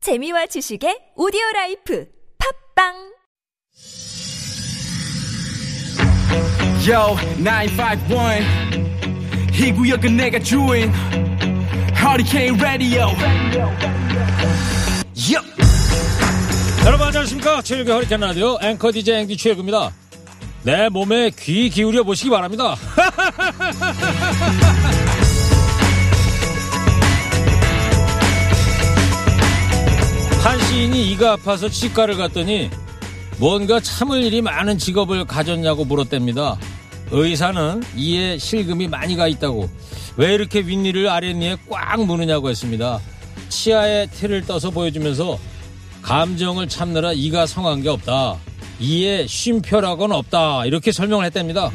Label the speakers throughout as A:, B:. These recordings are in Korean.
A: 재미와 지식의 오디오 라이프 팝빵
B: Yo, 951. 이 구역은 내가 주인. Hurricane Radio. Yup.
C: 여러분 안녕하십니까 최욱의 허리케인 라디오 앵커 DJ 앵디 최욱입니다 내 몸에 귀 기울여 보시기 바랍니다 한 시인이 이가 아파서 치과를 갔더니 뭔가 참을 일이 많은 직업을 가졌냐고 물었답니다 의사는 이에 실금이 많이 가 있다고 왜 이렇게 윗니를 아랫니에 꽉 무느냐고 했습니다 치아에 티를 떠서 보여주면서 감정을 참느라 이가 성한 게 없다. 이에 쉼표라고는 없다. 이렇게 설명을 했답니다.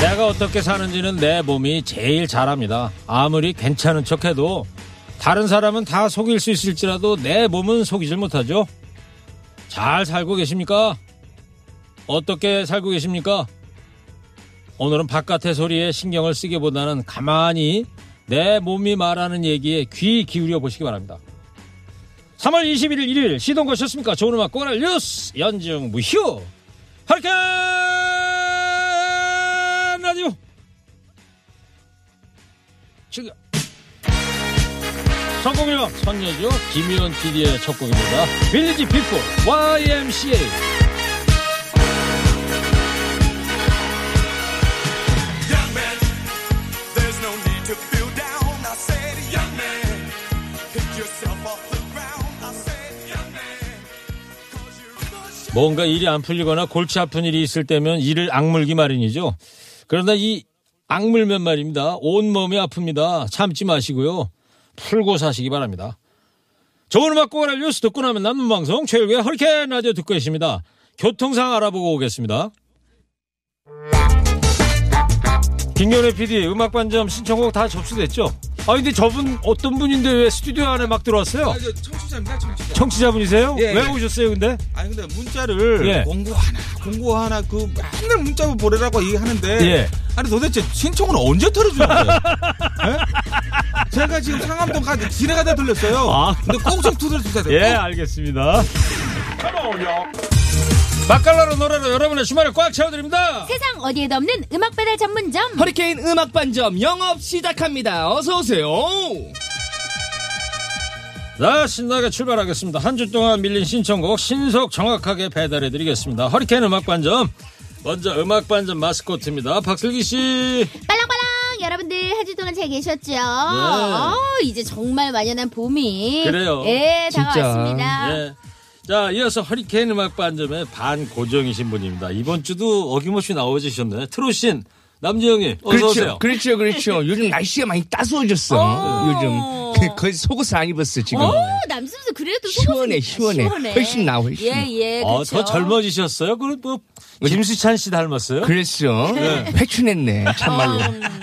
C: 내가 어떻게 사는지는 내 몸이 제일 잘합니다. 아무리 괜찮은 척 해도 다른 사람은 다 속일 수 있을지라도 내 몸은 속이질 못하죠. 잘 살고 계십니까? 어떻게 살고 계십니까? 오늘은 바깥의 소리에 신경을 쓰기보다는 가만히 내 몸이 말하는 얘기에 귀 기울여 보시기 바랍니다. 3월 21일 일일 시동 거셨습니까? 좋은 음악 꼬랄 뉴스 연중 무휴 하리캔 라디오 지금 성공이요 선녀죠 김희원 PD의 첫 곡입니다. 빌리지 피플 YMCA
D: Young man, there's no need to feel down. I said, young man, pick yourself off the ground. I said, young man, cause you're in the shadow.
C: 뭔가 일이 안 풀리거나 골치 아픈 일이 있을 때면 이를 악물기 마련이죠. 그러나 이 악물면 말입니다. 온몸이 아픕니다. 참지 마시고요. 풀고 사시기 바랍니다. 좋은 음악 꼬라 뉴스 듣고 나면 남는 방송 최일구의 허리케인 라디오 듣고 계십니다. 교통상 알아보고 오겠습니다. 김경래 PD 음악 반점 신청곡 다 접수됐죠? 아 근데 저분 어떤 분인데 왜 스튜디오 안에 막 들어왔어요?
E: 아, 저 청취자입니다, 청취자.
C: 청취자분이세요?
E: 예,
C: 왜
E: 예.
C: 오셨어요 근데?
E: 아니 근데 문자를
C: 예.
E: 공고 하나, 공고 하나 그 맨날 문자로 보내라고 얘기하는데
C: 예.
E: 아니 도대체 신청은 언제 털어주는 거예요? 예? 제가 지금 상암동까지 지나가다 들렸어요.
C: 아.
E: 근데 꼭좀 두드려 주세요.
C: 예, 알겠습니다. 바칼라로 노래로 여러분의 주말을 꽉 채워드립니다.
F: 세상 어디에도 없는 음악 배달 전문점
G: 허리케인 음악 반점 영업 시작합니다. 어서 오세요.
C: 자, 신나게 출발하겠습니다. 한 주 동안 밀린 신청곡 신속 정확하게 배달해드리겠습니다. 허리케인 음악반점. 먼저 음악반점 마스코트입니다. 박슬기 씨.
F: 빨랑빨랑 여러분들 한 주 동안 잘 계셨죠?
C: 네.
F: 어, 이제 정말 만연한 봄이
C: 그래요.
F: 예,
G: 진짜. 네.
F: 다가왔습니다.
C: 예. 자, 이어서 허리케인 음악반점의 반고정이신 분입니다. 이번 주도 어김없이 나와주셨네. 트로신 남지영이 어서오세요.
G: 그렇죠, 그렇죠. 요즘 날씨가 많이 따스워졌어.
F: 오.
G: 요즘 그, 거의 속옷을 안 입었어 지금.
F: 오, 남순수 그래도
G: 시원해,
F: 속옷은-
G: 시원해. 훨씬 나아, 훨씬.
F: 예, 예.
C: 어,
F: 그렇죠.
C: 더 젊어지셨어요? 그리고 뭐, 김수찬 씨 닮았어요?
G: 그렇죠. 그랬어. 회춘했네 아. 참말로.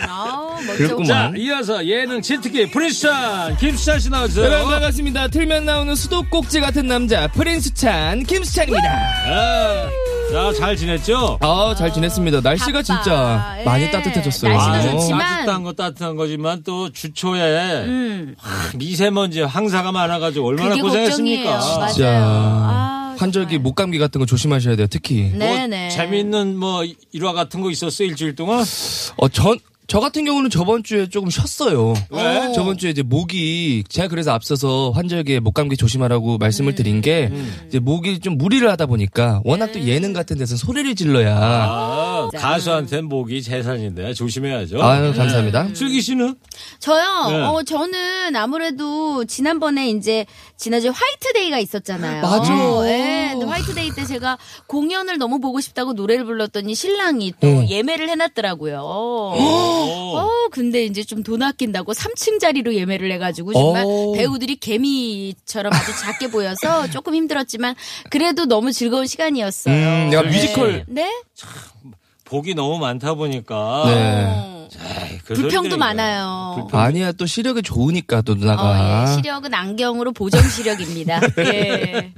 F: 어, 멋져.
G: 그렇구만.
C: 자, 이어서 예능 치트키 프린스찬 김수찬 씨 나와주세요.
G: 여러분 반갑습니다. 틀면 나오는 수도꼭지 같은 남자 프린스 찬
C: 아,
G: 김수찬입니다.
C: 자, 잘 지냈죠?
G: 아 잘 지냈습니다. 날씨가
F: 바빠.
G: 진짜 많이
F: 예.
G: 따뜻해졌어요.
F: 날씨도
G: 어.
F: 좋지만-
C: 따뜻한 거 따뜻한 거지만 또 주초에
F: 음,
C: 하, 미세먼지 황사가 많아가지고 얼마나
F: 그게
C: 고생했습니까?
F: 걱정이에요. 맞아요.
G: 진짜
F: 아,
G: 환절기
F: 정말.
G: 목감기 같은 거 조심하셔야 돼요. 특히
C: 뭐
F: 네네.
C: 재미있는 뭐 일화 같은 거 있었어 일주일 동안?
G: 어, 전, 저 같은 경우는 저번 주에 조금 쉬었어요.
C: 왜?
G: 저번 주에 이제 목이, 제가 그래서 앞서서 환절기에 목 감기 조심하라고 말씀을 드린 게, 이제 목이 좀 무리를 하다 보니까, 워낙 또 예능 같은 데서 소리를 질러야.
C: 아, 가수한테는 목이 재산인데 조심해야죠.
G: 아, 유 감사합니다.
C: 슬기 씨는?
F: 저요.
C: 네.
F: 어, 저는 아무래도 지난번에 이제 지난주 에 화이트데이가 있었잖아요.
G: 맞아.
F: 어, 예. 근데 화이트데이 때 제가 공연을 너무 보고 싶다고 노래를 불렀더니 신랑이 또 예매를 해놨더라고요. 어, 근데 이제 좀 돈 아낀다고 3층 자리로 예매를 해가지고 정말
G: 오.
F: 배우들이 개미처럼 아주 작게 보여서 조금 힘들었지만 그래도 너무 즐거운
G: 네.
F: 시간이었어요.
C: 네.
G: 음, 내가 뮤지컬.
F: 네?
C: 복이 너무 많다 보니까
G: 네.
C: 에이, 그
F: 어. 불평도
C: 소리들이요.
F: 많아요.
G: 아니야 또 시력이 좋으니까 또 누나가.
F: 어, 예. 시력은 안경으로 보정 시력입니다. 예.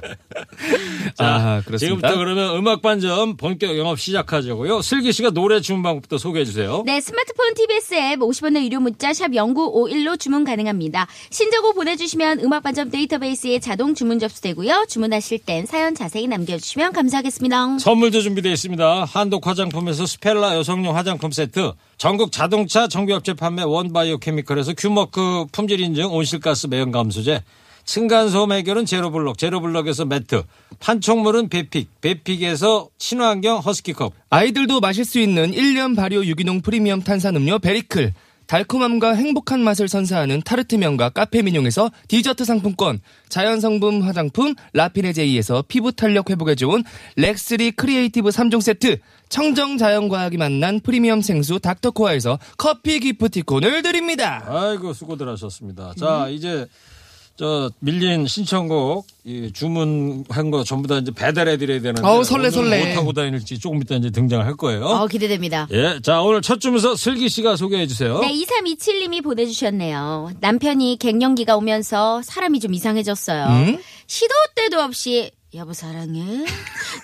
G: 아 그렇습니다.
C: 지금부터 그러면 음악 반점 본격 영업 시작하자고요. 슬기 씨가 노래 주문 방법부터 소개해 주세요.
F: 네, 스마트폰 TBS 앱 50원의 유료 문자 샵 0951로 주문 가능합니다. 신청곡 보내주시면 음악반점 데이터베이스에 자동 주문 접수되고요. 주문하실 땐 사연 자세히 남겨주시면 감사하겠습니다.
C: 선물도 준비되어 있습니다. 한독 화장품에서 스펠라 여성용 화장품 세트, 전국 자동차 정비업체 판매 원바이오 케미컬에서 큐머크 품질 인증 온실가스 매연 감소제, 층간소음 해결은 제로블럭, 제로블럭에서 매트, 판촉물은 베픽, 베픽에서 친환경 허스키컵,
G: 아이들도 마실 수 있는 1년 발효 유기농 프리미엄 탄산음료 베리클. 달콤함과 행복한 맛을 선사하는 타르트면과 카페민용에서 디저트 상품권, 자연성분 화장품 라피네제이에서 피부 탄력 회복에 좋은 렉스리 크리에이티브 3종 세트, 청정자연과학이 만난 프리미엄 생수 닥터코아에서 커피 기프티콘을 드립니다.
C: 아이고 수고들 하셨습니다. 자 이제 저 밀린 신청곡 이 주문한 거 전부 다 이제 배달해 드려야 되는데
G: 어우, 설레,
C: 오늘
G: 설레. 아.
C: 못 하고 다닐지 조금 이따 이제 등장할 거예요.
F: 어, 기대됩니다.
C: 예, 자 오늘 첫 주문서 슬기 씨가 소개해 주세요.
F: 네, 2327님이 보내주셨네요. 남편이 갱년기가 오면서 사람이 좀 이상해졌어요. 시도 때도 없이 여보 사랑해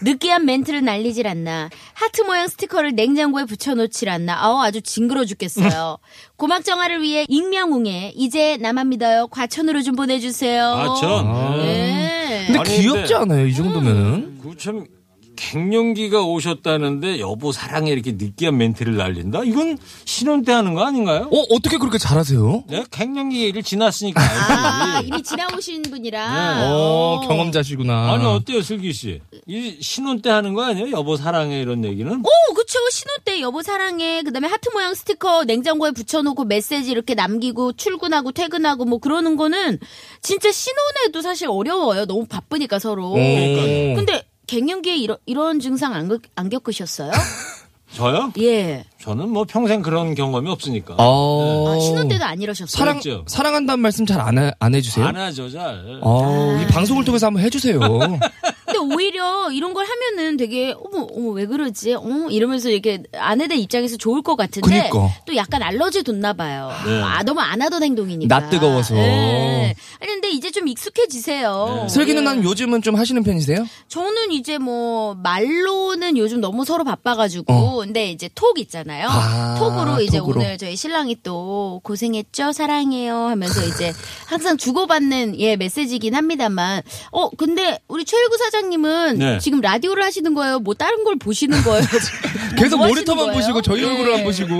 F: 느끼한 멘트를 날리질 않나 하트 모양 스티커를 냉장고에 붙여놓질 않나 아우 아주 징그러 죽겠어요 고막 정화를 위해 익명웅에 이제 나만 믿어요 과천으로 좀 보내주세요
C: 과천.
G: 아.
F: 네.
G: 근데
C: 아니,
G: 귀엽지
C: 근데- 음.
G: 않아요? 이 정도면은.
C: 그참 예, 갱년기가 오셨다는데 여보 사랑해 이렇게 느끼한 멘트를 날린다. 이건 신혼 때 하는 거 아닌가요?
G: 어, 어떻게 그렇게 잘하세요?
C: 네, 갱년기를 지났으니까
F: 아
C: 알지.
F: 이미 지나오신 분이라
C: 네.
G: 어,
F: 오. 예.
G: 경험자시구나.
C: 아니 어때요 슬기 씨? 이 신혼 때 하는 거 아니에요? 여보 사랑해 이런 얘기는?
F: 오, 그쵸. 신혼 때 여보 사랑해. 그 다음에 하트 모양 스티커 냉장고에 붙여놓고 메시지 이렇게 남기고 출근하고 퇴근하고 뭐 그러는 거는 진짜 신혼에도 사실 어려워요. 너무 바쁘니까 서로.
G: 그러니까요.
F: 근데 갱년기에 이런, 이런 증상 안, 겪- 안 겪으셨어요?
C: 저요?
F: 예.
C: 저는 뭐 평생 그런 경험이 없으니까.
G: 어.
F: 아, 신혼 때도 안 이러셨어요.
G: 사랑
C: 그렇죠.
G: 사랑한다는 말씀 잘 안 안 해주세요.
C: 안 하죠, 잘.
F: 아.
G: 어, 이 방송을 통해서 한번 해주세요.
F: 근데 오히려 이런 걸 하면은 되게 어머 어머 왜 그러지? 어 이러면서 이렇게 아내들 입장에서 좋을 것 같은데
G: 그니까. 네.
F: 또 약간 알러지 돋나 봐요. 아 너무 안 하던 행동이니까.
G: 낯 뜨거워서.
F: 네. 아니 근데 이제 좀 익숙해지세요.
G: 슬기
F: 예.
G: 누나는 요즘은 좀 하시는 편이세요?
F: 저는 이제 뭐 말로는 요즘 너무 서로 바빠가지고
G: 어.
F: 근데 이제 톡 있잖아요.
G: 아,
F: 톡으로 이제
G: 톡으로.
F: 오늘 저희 신랑이 또 고생했죠 사랑해요 하면서 이제 항상 주고받는 예 메시지긴 합니다만 어 근데 우리 최일구 사장님은
C: 네.
F: 지금 라디오를 하시는 거예요? 뭐 다른 걸 보시는 거예요?
G: 계속
F: 뭐 하시는
G: 모니터만
F: 거예요?
G: 보시고 저희
F: 예.
G: 얼굴을 안 보시고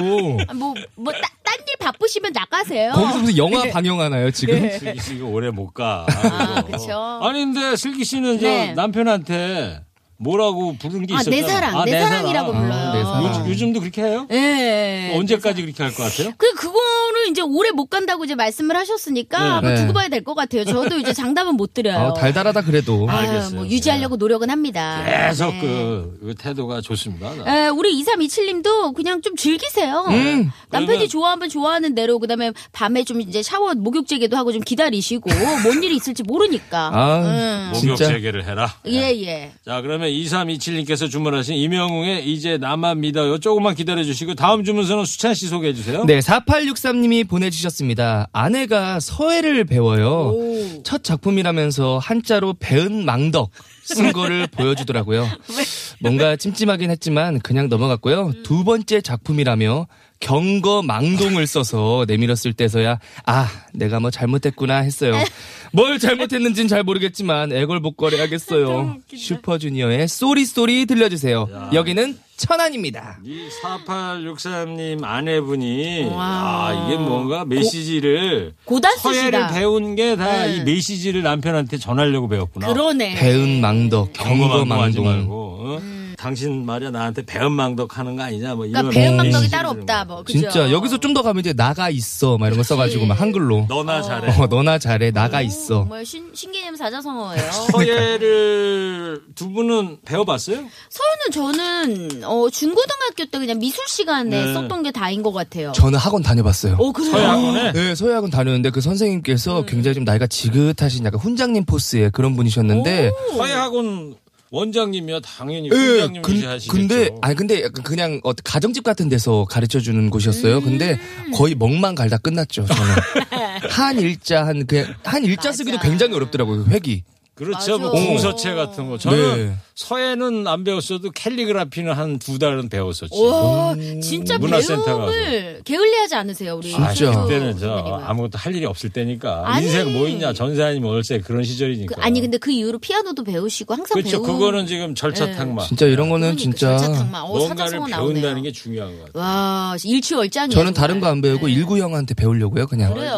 F: 아, 뭐, 뭐, 따- 딴 일 바쁘시면 나가세요.
G: 거기서 무슨
F: 네.
G: 영화 방영하나요 지금?
C: 슬기 씨 이거 오래 못 가.
F: 아,
C: 이거.
F: 그쵸.
C: 아니, 근데 슬기 씨는
F: 네.
C: 저 남편한테 뭐라고 부른 게
F: 아,
C: 있었잖아요. 네
F: 내 사랑, 내, 사랑이라고 불러요.
G: 아, 내 사랑.
C: 요즘, 요즘도 그렇게 해요? 뭐
F: 예.
C: 언제까지 그렇게 할 것 같아요?
F: 그 그거를 이제 오래 못 간다고 이제 말씀을 하셨으니까
C: 네.
F: 한번
G: 네.
F: 두고 봐야 될 것 같아요. 저도 이제 장담은 못 드려요.
G: 아, 달달하다 네. 그래도.
F: 아유,
C: 알겠어요.
F: 뭐 유지하려고 노력은 합니다.
C: 계속
F: 네.
C: 그, 그 태도가 좋습니다. 나.
F: 에, 우리 2327님도 그냥 좀 즐기세요.
G: 음.
F: 남편이
C: 그러면-
F: 좋아하면 좋아하는 대로 그다음에 밤에 좀 이제 샤워 목욕제기도 하고 좀 기다리시고 뭔 일이 있을지 모르니까.
G: 아,
F: 음.
C: 목욕
G: 진짜.
C: 재개를 해라.
F: 예, 예.
C: 자, 그러면 2327님께서 주문하신 이명웅의 이제 나만 믿어요. 조금만 기다려주시고, 다음 주문서는 수찬 씨 소개해주세요.
G: 네, 4863님이 보내주셨습니다. 아내가 서해를 배워요. 첫 작품이라면서 한자로 배은 망덕 쓴 거를 보여주더라고요. 뭔가 찜찜하긴 했지만 그냥 넘어갔고요. 두 번째 작품이라며 경거 망동을 써서 내밀었을 때서야 아 내가 뭐 잘못했구나 했어요. 뭘 잘못했는진 잘 모르겠지만 애걸복걸해야겠어요. 슈퍼주니어의 쏘리 쏘리 들려주세요. 여기는 천안입니다.
C: 이 4863님 아내분이 아 이게 뭔가 메시지를
F: 고단수시다. 네.
C: 서예를 배운 게 다 이 메시지를 남편한테 전하려고 배웠구나.
F: 그러네.
G: 아, 배은 망덕 경거
C: 경거망동 하지
G: 망동.
C: 말고 어? 당신 말이야 나한테 배은망덕 하는 거 아니냐 뭐 이런
F: 음. 그러니까 배은 방덕이
C: 메시지를
F: 따로 없다.
C: 뭐.
F: 뭐. 그죠?
G: 음. 진짜 여기서 좀 더 가면 이제 나가 있어 막 이런 거 써가지고 막 한글로
C: 너나 잘해.
G: 어, 너나 잘해 나가 있어 뭐
F: 정말 뭐 신, 신개념 사자성어예요.
C: 서예를 두 분은 배워봤어요?
F: 서유는 저는 어, 중고등학교 때 그냥 미술 시간에
C: 네.
F: 썼던 게 다인 것 같아요.
G: 저는 학원 다녀봤어요.
F: 어, 그래요?
C: 서예학원에
G: 네, 서예학원 다녔는데 그 선생님께서 굉장히 좀 나이가 지긋하신 약간 훈장님 포스의 그런 분이셨는데
C: 서예학원 원장님이야 당연히
G: 예,
C: 원장님이
G: 근-
C: 하시겠죠.
G: 근데 아니 근데 약간 그냥 어떤 가정집 같은 데서 가르쳐 주는 곳이었어요. 근데 거의 먹만 갈다 끝났죠. 저는 한 일자 한 그냥 한 일자
F: 맞아.
G: 쓰기도 굉장히 어렵더라고요. 회기.
C: 그렇죠. 뭐
F: 맞아.
C: 공서체 같은 거. 저는
G: 네.
C: 서예는 안 배웠어도 캘리그라피는 한 두 달은 배웠었지.
F: 오, 진짜
C: 음, 문화센터 가서.
F: 배움을 게을리하지 않으세요, 우리.
C: 아,
G: 진짜.
C: 그때는 저
F: 선생님은.
C: 아무것도 할 일이 없을 때니까
F: 어, 아니.
C: 인생 뭐 있냐 전세아니 월세 그런 시절이니까.
F: 그, 아니 근데 그 이후로 피아노도 배우시고 항상
C: 그렇죠.
F: 배우.
C: 그거는 지금 절차탁만.
G: 진짜 이런 거는 진짜
F: 탁만. 어,
C: 뭔가를
F: 네. 사자성어
C: 배운다는
F: 나오네요.
C: 게 중요한 것 같아요.
F: 와, 일취월장이에요. 정말.
G: 저는 다른 거 안 배우고 일구 형한테 배우려고요. 네. 그냥.
F: 그래요.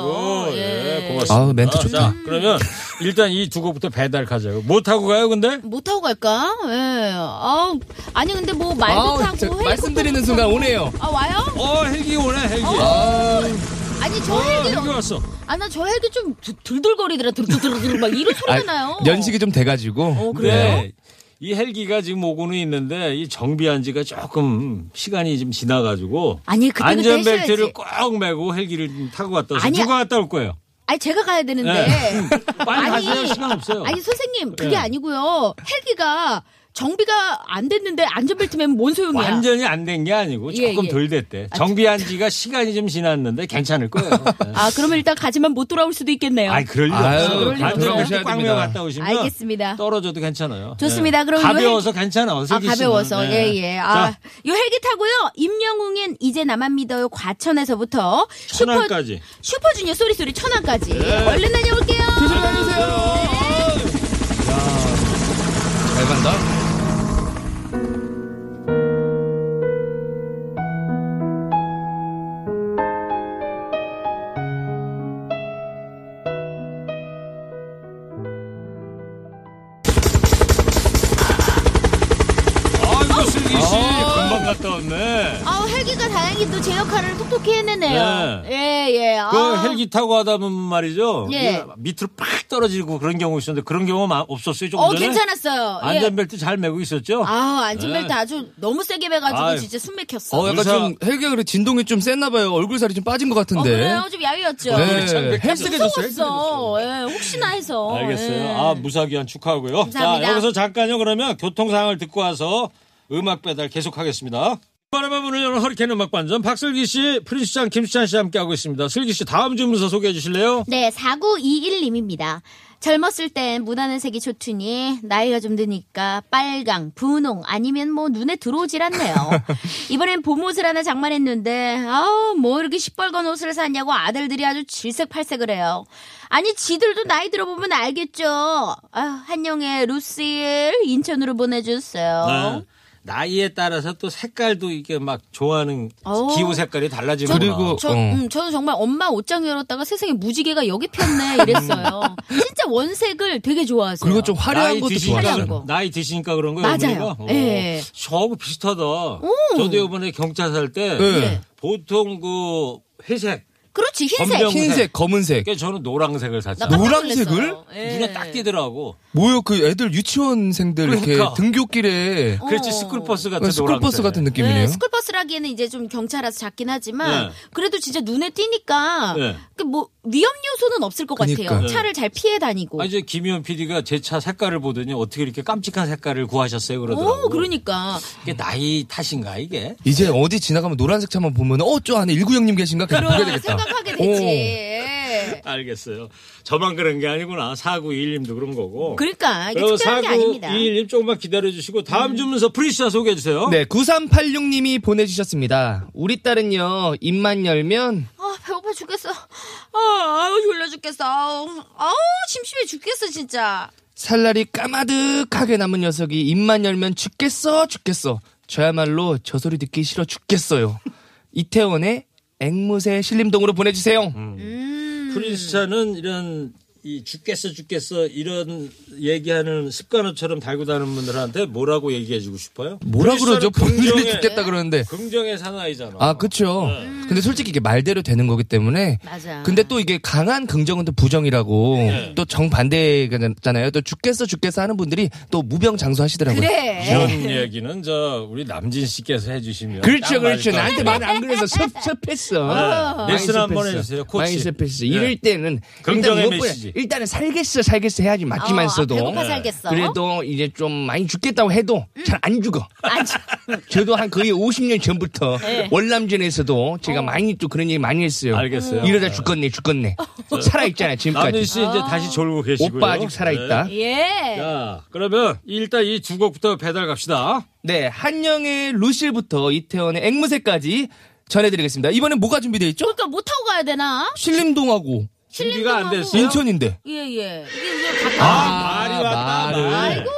C: 아이고,
F: 예.
C: 예, 고맙습니다.
G: 아우, 멘트 좋다.
C: 자, 그러면 일단 이 두 곡부터 배달 가자고. 뭐 타고 가요, 근데?
F: 못 하고 갈까? 예. 아, 아니 근데 뭐 말도
G: 아우,
F: 타고
G: 저
F: 헬기도
G: 말씀드리는
F: 타고.
G: 순간 오네요.
F: 아 와요?
C: 어, 헬기 오네, 헬기.
F: 아니 저 헬기
C: 헬기 왔어.
F: 아나 저 헬기 좀 두- 들들거리더라 들들들들 막 이런 소리가 나요.
G: 아,
F: 어,
G: 연식이 좀 돼가지고.
C: 네. 이 헬기가 지금 오고는 있는데 이 정비한 지가 조금 시간이 좀 지나가지고
F: 아니, 그때 그때
C: 안전벨트를
F: 했어야지.
C: 꼭 메고 헬기를 좀 타고 갔다 왔어요.
F: 아니,
C: 누가 갔다 올 거예요?
F: 아니 제가 가야 되는데.
C: 네. 빨리 가세요. 시간 없어요.
F: 아니 선생님 그게
C: 네.
F: 아니고요. 헬기가 정비가 안 됐는데 안전벨트 매면 뭔 소용이야?
C: 완전히 안 된 게 아니고
F: 예,
C: 조금
F: 예.
C: 덜 됐대. 정비한 지가 시간이 좀 지났는데 괜찮을 거예요. 네.
F: 아 그러면 일단 가지만 못 돌아올 수도 있겠네요.
C: 아이 그럴 리
G: 아유,
C: 없어요.
G: 그럴 리 없어요.
C: 안전벨트 꽉 메고
G: 됩니다.
C: 갔다 오시면
F: 알겠습니다.
C: 떨어져도 괜찮아요. 네.
F: 좋습니다. 그럼 요
C: 가벼워서 괜찮아. 네. 요
F: 아, 가벼워서 예예. 아,
C: 자,
F: 요 헬기 타고요. 임영웅엔 이제 나만 믿어요. 과천에서부터
C: 천안까지. 네.
F: 슈퍼, 주니어 소리 소리 천안까지. 얼른 다녀올게요. 조심히 다녀오세요.
G: 잘 간다.
C: 아이고 슬기 씨 금방 어, 갔다 왔네.
F: 아 헬기가 다행히 또 제 역할을 톡톡히 해내네요. 예예. 아.
C: 그 헬기 타고 하다 보면 말이죠.
F: 예.
C: 밑으로 팍 떨어지고 그런 경우 있었는데 그런 경우 없었어요. 조금
F: 어
C: 전에?
F: 괜찮았어요. 예.
C: 안전벨트 잘 메고 있었죠?
F: 아 안전벨트
C: 네.
F: 아주 너무 세게 매가지고
C: 아유.
F: 진짜 숨 막혔어.
G: 어, 약간
C: 의사-
G: 좀 헬기가 그래 진동이 좀 셌나 봐요. 얼굴살이 좀 빠진 것
F: 어,
C: 네.
G: 같은데.
F: 그래요? 좀 야위였죠.
C: 예.
G: 네.
F: 무서웠어. 예, 혹시나 해서.
C: 알겠어요.
F: 예.
C: 아 무사귀환 축하하고요.
F: 감사합니다.
C: 자 여기서 잠깐요. 그러면 교통 상황을 듣고 와서 음악 배달 계속하겠습니다. 바람의 문을 여는 허리케인 음악 반전 박슬기 씨, 프린스 장 김수찬 씨 함께 하고 있습니다. 슬기 씨 다음 주문서 소개해 주실래요?
F: 네, 4921님입니다. 젊었을 땐 무난한 색이 좋더니 나이가 좀 드니까 빨강, 분홍 아니면 뭐 눈에 들어오질 않네요. 이번엔 봄 옷을 하나 장만했는데 아우 뭐 이렇게 시뻘건 옷을 샀냐고 아들들이 아주 질색팔색을 해요. 아니 지들도 나이 들어보면 알겠죠. 아유, 한영의 루시일 인천으로 보내주세요.
C: 네. 나이에 따라서 또 색깔도 이게 막 좋아하는
F: 어.
C: 기후 색깔이 달라지고
G: 그리고
F: 저,
G: 어.
F: 음, 저는 정말 엄마 옷장 열었다가 세상에 무지개가 여기 폈네 이랬어요. 진짜 원색을 되게 좋아하세요.
G: 그리고 좀 화려한
C: 나이
G: 것도
C: 드시니까
F: 좋아하잖아요.
C: 그런-
G: 좋아하잖아요.
F: 거.
C: 나이 드시니까 그런 거예요.
F: 맞아요.
C: 어머니가?
F: 예.
C: 저하고 비슷하다. 저도 이번에 경차 살 때
G: 예.
C: 보통 그 회색,
F: 그렇지 흰색.
C: 검정.
G: 흰색, 검은색.
C: 그러니까 저는 노란색을 샀어요.
G: 깜짝
F: 노란색을?
G: 노란색을?
C: 눈에 딱 띄더라고.
G: 뭐요? 그 애들 유치원생들
C: 그러니까.
G: 이렇게 등교길에
C: 그렇지
F: 어.
C: 스쿨버스 같은
G: 약간 스쿨버스
C: 노란색.
G: 같은 느낌이네요.
F: 네, 스쿨버스라기에는 이제 좀 경차라서 작긴 하지만
C: 네.
F: 그래도 진짜 눈에 띄니까
C: 네.
F: 그 뭐 위험 요소는 없을 것 같아요.
G: 그니까.
F: 차를 잘 피해 다니고.
C: 아니 저 김희원 PD가 제 차 색깔을 보더니 어떻게 이렇게 깜찍한 색깔을 구하셨어요 그러더라고. 아,
F: 오, 그러니까
C: 이게 나이 탓인가 이게?
G: 이제 어디 지나가면 노란색 차만 보면 어 저 안에 196님 계신가? 그냥 보게
F: 그럼
G: 되겠다.
F: 생각하게
G: 어.
F: 되지. 예.
C: 알겠어요. 저만 그런 게 아니구나. 4921님도 그런 거고.
F: 그러니까 이게 특별한 게 아닙니다.
C: 4921님 조금만 기다려주시고 다음 주문서 프리스타 소개해주세요.
G: 네, 9386님이 보내주셨습니다. 우리 딸은요, 입만 열면,
F: 아 배고파 죽겠어. 아, 아유 졸려 죽겠어. 아우, 아우 심심해 죽겠어 진짜.
G: 살날이 까마득하게 남은 녀석이 입만 열면 죽겠어, 죽겠어. 저야말로 저 소리 듣기 싫어 죽겠어요. 이태원의 앵무새 신림동으로 보내주세요.
C: 프린스타는 이런 이 죽겠어 죽겠어 이런 얘기하는 습관어처럼 달고 다니는 분들한테 뭐라고 얘기해주고 싶어요?
G: 뭐라
C: 프린스타는
G: 그러죠? 본인이
C: 긍정의-
G: 죽겠다 그러는데.
C: 긍정의 사나이잖아.
G: 아, 그쵸. 근데 솔직히 이게 말대로 되는 거기 때문에
F: 맞아.
G: 근데 또 이게 강한 긍정은 또 부정이라고 또 정반대잖아요. 또 죽겠어 죽겠어 하는 분들이 또 무병장수 하시더라고요.
F: 그래.
C: 이런 얘기는 저 우리 남진 씨께서 해주시면
G: 그렇죠,
C: 딱 맞을
G: 그렇죠.
C: 것
G: 나한테
C: 같아요.
G: 말 안 그래서 섭섭했어.
C: 네. 레슨
G: 많이
C: 한번
G: 섭섭했어.
C: 해주세요, 코치.
G: 많이 섭섭했어.
C: 네.
G: 이럴 때는
C: 긍정의
G: 일단 무엇보다
C: 메시지.
G: 일단은 살겠어, 살겠어 해야지
F: 어,
G: 맞기만 있어도.
F: 아, 배고파 살겠어.
G: 그래도 이제 좀 많이 죽겠다고 해도
C: 음.
G: 잘 안 죽어. 저도 한 거의 50년 전부터 월남전에서도 제가 많이 또 그런 얘기 많이 했어요.
C: 네. 어. 알겠어요. 어.
G: 이러다 죽겠네, 죽겠네. 살아있잖아,
C: 남진
G: 지금까지.
C: 씨 이제 다시 졸고 계시고요.
G: 오빠 아직 살아있다.
C: 네.
F: 예.
C: 자, 그러면 일단 이 두 곡부터 배달 갑시다.
G: 네, 한영의 루실부터 이태원의 앵무새까지 전해드리겠습니다. 이번엔 뭐가 준비되어 있죠?
F: 그러니까 못 타고 가야 되나?
G: 신림동하고
C: 준비가 안
F: 하고.
C: 됐어요.
G: 인천인데.
F: 예, 예. 이게 왜 가까워?
C: 아, 말이 왔다.
G: 말을.
C: 말.
F: 아이고.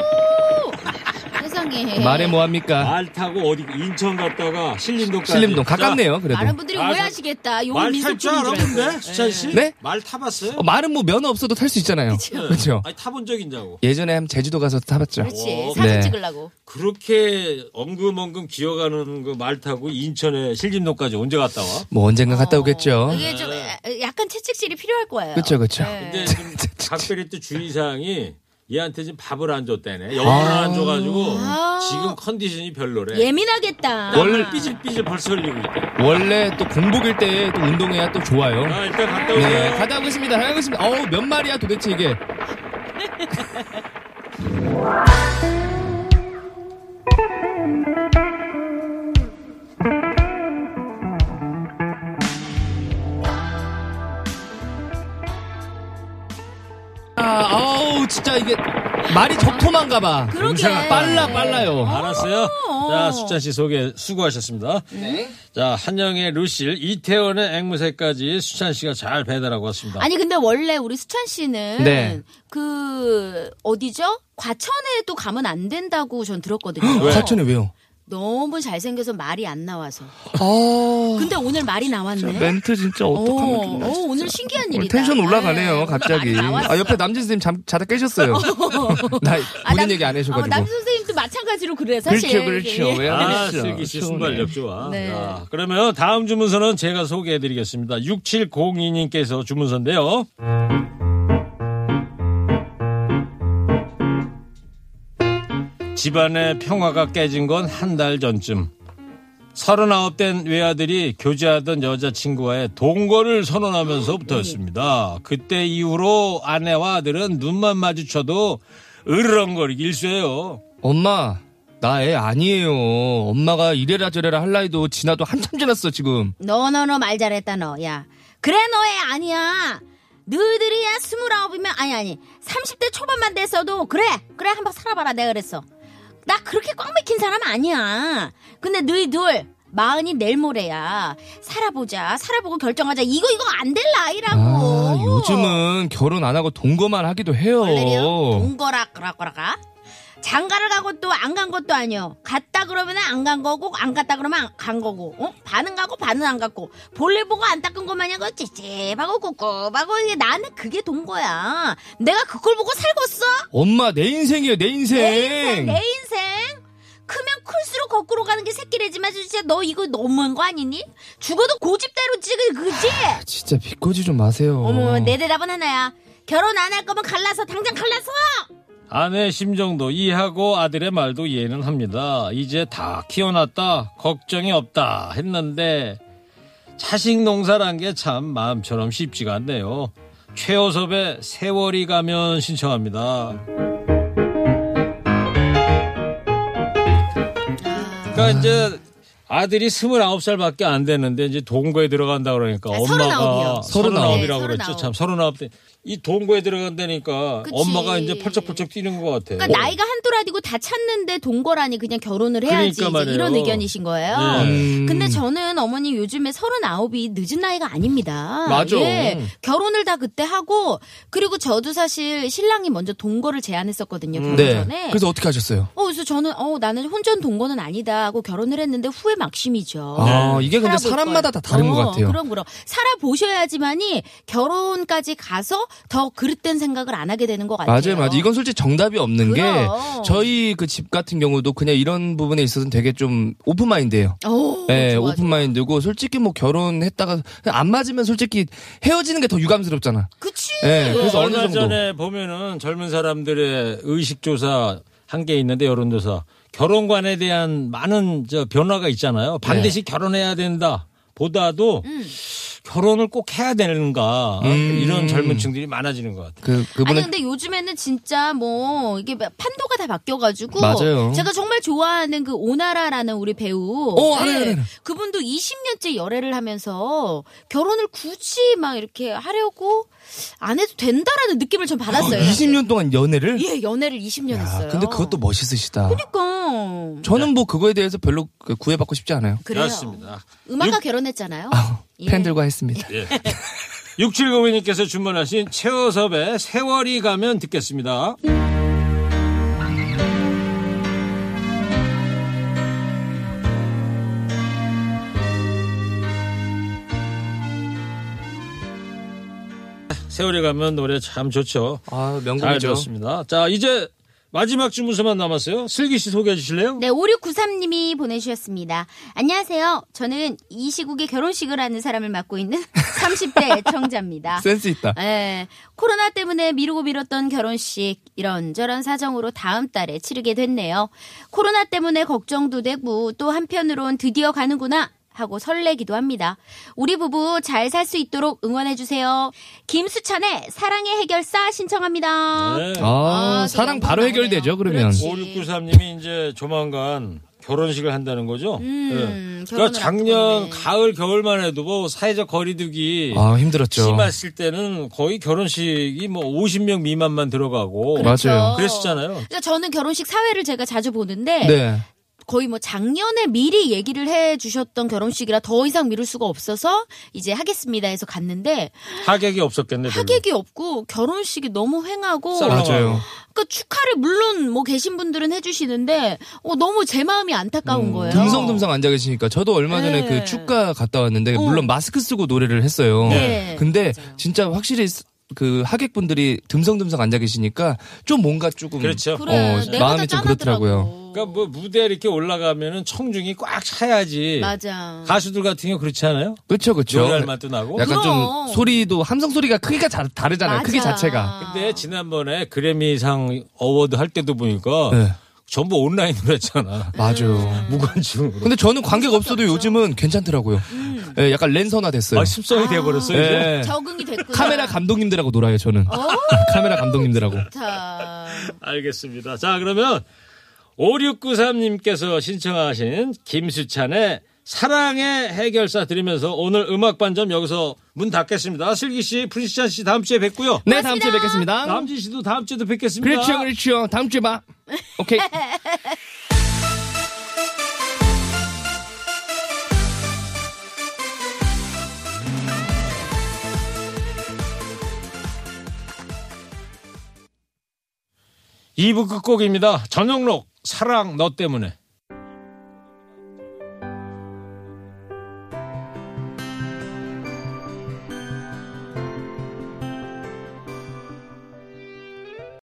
F: 세상에.
G: 그 말해 뭐합니까?
C: 말 타고 어디 인천 갔다가 신림동까지.
G: 신림동 가깝네요, 그래도.
F: 많은 뭐- 분들이
C: 아,
F: 오해하시겠다. 용인
C: 말 탈 줄
F: 민속촌인 줄 알고.
C: 알았는데 수찬 씨.
G: 네?
C: 말 타봤어요?
G: 어, 말은 뭐 면허 없어도 탈 수 있잖아요. 그렇죠.
C: 아니 타본 적 있냐고.
G: 예전에 한 제주도 가서 타봤죠.
F: 그렇지.
C: 오,
F: 사진
G: 네.
F: 찍으려고.
C: 그렇게 엉금엉금 기어가는 그 말 타고 인천에 신림동까지 언제 갔다 와?
G: 뭐 언젠가 갔다
F: 어,
G: 오겠죠.
F: 이게 좀
C: 네.
F: 야- 약간 채찍질이 필요할 거예요.
G: 그렇죠, 그렇죠.
F: 네.
C: 근데 지금 각별히 또 주의사항이 얘한테 지금 밥을 안 줬다네. 영어를
G: 아.
C: 안 줘가지고 지금 컨디션이 별로래.
F: 예민하겠다.
G: 아.
C: 원래 삐질삐질 벌써 흘리고 있대.
G: 원래 또 공복일 때 또 운동해야 또 좋아요.
C: 아, 일단 갔다 오세요.
G: 네, 가다 오겠습니다. 가다 오겠습니다. 어우, 몇 마리야 도대체 이게. 아, 아우, 진짜 이게 말이 적토만가 봐.
F: 그러게.
G: 빨라, 빨라요.
C: 알았어요. 자, 수찬 씨 소개 수고하셨습니다. 자, 한영의 루실, 이태원의 앵무새까지 수찬 씨가 잘 배달하고 왔습니다.
F: 아니 근데 원래 우리 수찬 씨는
G: 네.
F: 그 어디죠? 과천에 또 가면 안 된다고 전 들었거든요.
G: 사촌에 왜요?
F: 너무 잘생겨서 말이 안 나와서.
G: 아.
F: 근데 오늘 말이 나왔네.
G: 멘트 진짜
F: 오, 오, 오늘 신기한 일이다.
G: 텐션 올라가네요,
F: 네,
G: 갑자기.
F: 오늘 말이 나왔어.
G: 아, 옆에 남진 선생님 잠, 자다 깨셨어요. 나
F: 아,
G: 본인
F: 남-
G: 얘기 안
F: 어,
G: 해셔가지고.
F: 남 선생님도 마찬가지로 그래 사실.
G: 그렇죠, 그렇죠.
F: 예.
G: 왜 안
C: 아,
G: 했어?
C: 슬기 씨
G: 서운해.
C: 순발력 좋아.
F: 네.
C: 자, 그러면 다음 주문서는 제가 소개해 드리겠습니다. 6702님께서 주문서인데요. 집안의 평화가 깨진 건 한 달 전쯤. 39된 외아들이 교제하던 여자친구와의 동거를 선언하면서부터였습니다. 그때 이후로 아내와 아들은 눈만 마주쳐도 으르렁거리기 일쑤예요.
G: 엄마, 나 애 아니에요. 엄마가 이래라 저래라 할라 해도 지나도 한참 지났어, 지금.
F: 너너너 말 잘했다 너. 야 그래 너애 아니야. 너희들이야 스물아홉이면 아니 아니 30대 초반만 됐어도 그래 그래 한번 살아봐라 내가 그랬어. 나 그렇게 꽉 막힌 사람 아니야. 근데 너희들 마흔이 내일 모레야. 살아보자 살아보고 결정하자. 이거 이거 안 될 나이라고.
G: 아, 요즘은 결혼 안 하고 동거만 하기도 해요.
F: 원래요
G: 어.
F: 동거라 그라거라가 장가를 가고 또 안 간 것도 아니요 갔다 그러면 안 간 거고 안 갔다 그러면 안- 간 거고 어? 반은 가고 반은 안 갔고 볼일 보고 안 닦은 것 마냥 그 찝찝하고 꿉꿉하고 이게 나는 그게 동거야 내가 그걸 보고 살겠어
G: 엄마, 내 인생이에요, 내 인생.
F: 내 인생 내 인생 크면 클수록 거꾸로 가는 게 새끼래지만 진짜 너 이거 너무한 거 아니니 죽어도 고집대로 찍은 그지
G: 진짜 비꼬지 좀 마세요.
F: 어머 내 대답은 하나야 결혼 안 할 거면 갈라서 당장 갈라서
C: 아내의 심정도 이해하고 아들의 말도 이해는 합니다. 이제 다 키워놨다. 걱정이 없다. 했는데 자식 농사란 게 참 마음처럼 쉽지가 않네요. 최호섭의 세월이 가면 신청합니다.
F: 아.
C: 그러니까 이제 아들이 29살밖에 안 됐는데 이제 동거에 들어간다 그러니까
F: 아,
C: 엄마가
F: 39이요.
C: 39이라고
F: 네,
C: 그랬죠.
F: 39.
C: 참 39대 이 동거에 들어간다니까
F: 그치.
C: 엄마가 이제 펄쩍펄쩍 뛰는 것 같아.
G: 어.
F: 그러니까 나이가 한두 라디고 다 찾는데 동거라니 그냥 결혼을 해야지
C: 그러니까
F: 이제
C: 말이에요.
F: 이런 의견이신 거예요.
G: 음.
C: 네.
F: 근데 저는 어머님 요즘에 서른아홉이 늦은 나이가 아닙니다.
G: 맞아. 음.
F: 예. 결혼을 다 그때 하고 그리고 저도 사실 신랑이 먼저 동거를 제안했었거든요. 결혼
G: 네.
F: 그 전에.
G: 그래서 어떻게 하셨어요?
F: 어, 그래서 저는 어 나는 혼전 동거는 아니다 하고 결혼을 했는데 후에 막심이죠.
G: 아, 이게 근데
F: 살아볼
G: 사람마다
F: 걸.
G: 다 다른
F: 어,
G: 것 같아요.
F: 그럼 그럼 살아보셔야지만이 결혼까지 가서 더 그릇된 생각을 안 하게 되는 것 같아요.
G: 맞아요, 맞아요. 이건 솔직히 정답이 없는
F: 그럼.
G: 게 저희 그 집 같은 경우도 그냥 이런 부분에 있어서는 되게 좀 오픈 마인드예요.
F: 오,
G: 네,
F: 어, 좋아,
G: 오픈 마인드고 솔직히 뭐 결혼했다가 안 맞으면 솔직히 헤어지는 게 더 유감스럽잖아.
F: 좋아. 그치.
G: 네, 그래서 어느
C: 얼마
G: 정도
C: 전에 보면은 젊은 사람들의 의식조사 한 게 있는데 여론조사 결혼관에 대한 많은 저 변화가 있잖아요. 반드시
G: 네.
C: 결혼해야 된다. 보다도
G: 음.
C: 결혼을 꼭 해야 되는가 이런 젊은층들이 많아지는 것 같아요.
G: 그
F: 아니
G: 그분은
F: 근데 요즘에는 진짜 뭐 이게 판도가 다 바뀌어가지고
G: 맞아요.
F: 제가 정말 좋아하는 그 오나라라는 우리 배우 예,
G: 어, 알아요, 알아요.
F: 그분도 20년째 열애를 하면서 결혼을 굳이 막 이렇게 하려고 안 해도 된다라는 느낌을 좀 받았어요.
G: 아, 20년 동안 연애를
F: 예 연애를 20년
G: 야,
F: 했어요.
G: 근데 그것도 뭐. 멋있으시다.
F: 그러니까
G: 저는 뭐 그거에 대해서 별로 그 구애받고 싶지 않아요.
F: 그래요.
C: 그렇습니다.
F: 음악과 결혼했잖아요. 예.
G: 팬들과 했습니다.
C: 6792님께서 주문하신 최호섭의 세월이 가면 듣겠습니다. 세월이 가면 노래 참 좋죠.
G: 아,
C: 잘
G: 명곡이죠.
C: 들었습니다. 자, 이제 마지막 주문서만 남았어요. 슬기 씨 소개해 주실래요?
F: 네, 5693님이 보내주셨습니다. 안녕하세요. 저는 이 시국에 결혼식을 하는 사람을 맡고 있는 30대 애청자입니다.
G: 센스 있다.
F: 예, 코로나 때문에 미루고 미뤘던 결혼식 이런저런 사정으로 다음 달에 치르게 됐네요. 코로나 때문에 걱정도 되고 또 한편으론 드디어 가는구나 하고 설레기도 합니다. 우리 부부 잘 살 수 있도록 응원해 주세요. 김수찬의 사랑의 해결사 신청합니다.
C: 네.
G: 아,
F: 아,
G: 사랑
F: 또
G: 바로
F: 연락
G: 해결되죠,
F: 오네요.
G: 그러면.
F: 그렇지.
C: 5693님이 이제 조만간 결혼식을 한다는 거죠.
F: 음,
C: 예.
F: 결혼을
C: 그러니까 작년
F: 앞두고 있네.
C: 가을 겨울만 해도 뭐 사회적 거리두기
G: 아, 힘들었죠.
C: 심했을 때는 거의 결혼식이 뭐 50명 미만만 들어가고
G: 맞아요.
C: 그랬었잖아요.
F: 그러니까 저는 결혼식 사회를 제가 자주 보는데
G: 네.
F: 거의 뭐 작년에 미리 얘기를 해 주셨던 결혼식이라 더 이상 미룰 수가 없어서 이제 하겠습니다 해서
G: 네,
F: 갔는데
C: 하객이 없었겠네. 별로.
F: 하객이 없고 결혼식이 너무 횡하고
C: 썰렁하고.
G: 맞아요.
F: 그러니까 축하를 물론 뭐 계신 분들은 해주시는데 어, 너무 제 마음이 안타까운 거예요.
G: 듬성듬성 앉아 계시니까 저도 얼마 전에
F: 네.
G: 그 축가 갔다 왔는데 물론 마스크 쓰고 노래를 했어요.
F: 네.
G: 근데 진짜 확실히 스- 그 하객분들이 듬성듬성 앉아 계시니까 좀 뭔가 조금
C: 그렇죠.
F: 그래
G: 어,
F: 내보다
G: 마음이 좀
F: 짠하더라고.
G: 그렇더라고요.
C: 그러니까 뭐 무대 이렇게 올라가면은 청중이 꽉
G: 예.
C: 차야지.
F: 맞아.
C: 가수들 같은 경우 그렇지 않아요?
G: 그렇죠, 그렇죠.
C: 노래할 맛도 나고.
G: 약간
F: 그럼.
G: 좀 소리도 함성 소리가 크기가 자- 다르잖아요.
F: 맞아.
G: 크기 자체가.
C: 근데 지난번에 그래미상 어워드 할 때도 보니까
G: 네.
C: 전부 온라인으로 했잖아.
G: 맞아.
C: 무관중으로.
G: 뭐그 근데 저는 관객 없어도 요즘은 괜찮더라고요. 예, 약간 랜선화 됐어요.
C: 아, 습성이 돼버렸어, 이제.
G: 예.
F: 적응이 됐구나.
G: 카메라 감독님들하고 놀아요, 저는. 카메라 감독님들하고.
F: 자,
C: 알겠습니다. 자, 그러면 5693님께서 신청하신 김수찬의 사랑의 해결사 들으면서 오늘 음악반점 여기서 문 닫겠습니다. 슬기 씨, 프리시찬 씨 다음 주에 뵙고요.
G: 네, 다음 주에 뵙겠습니다.
C: 남진 씨도 다음 주에도 뵙겠습니다.
G: 그렇죠, 그렇죠. 다음 주에 봐. 오케이.
C: 이부 끝곡입니다. 전영록, 사랑 너 때문에.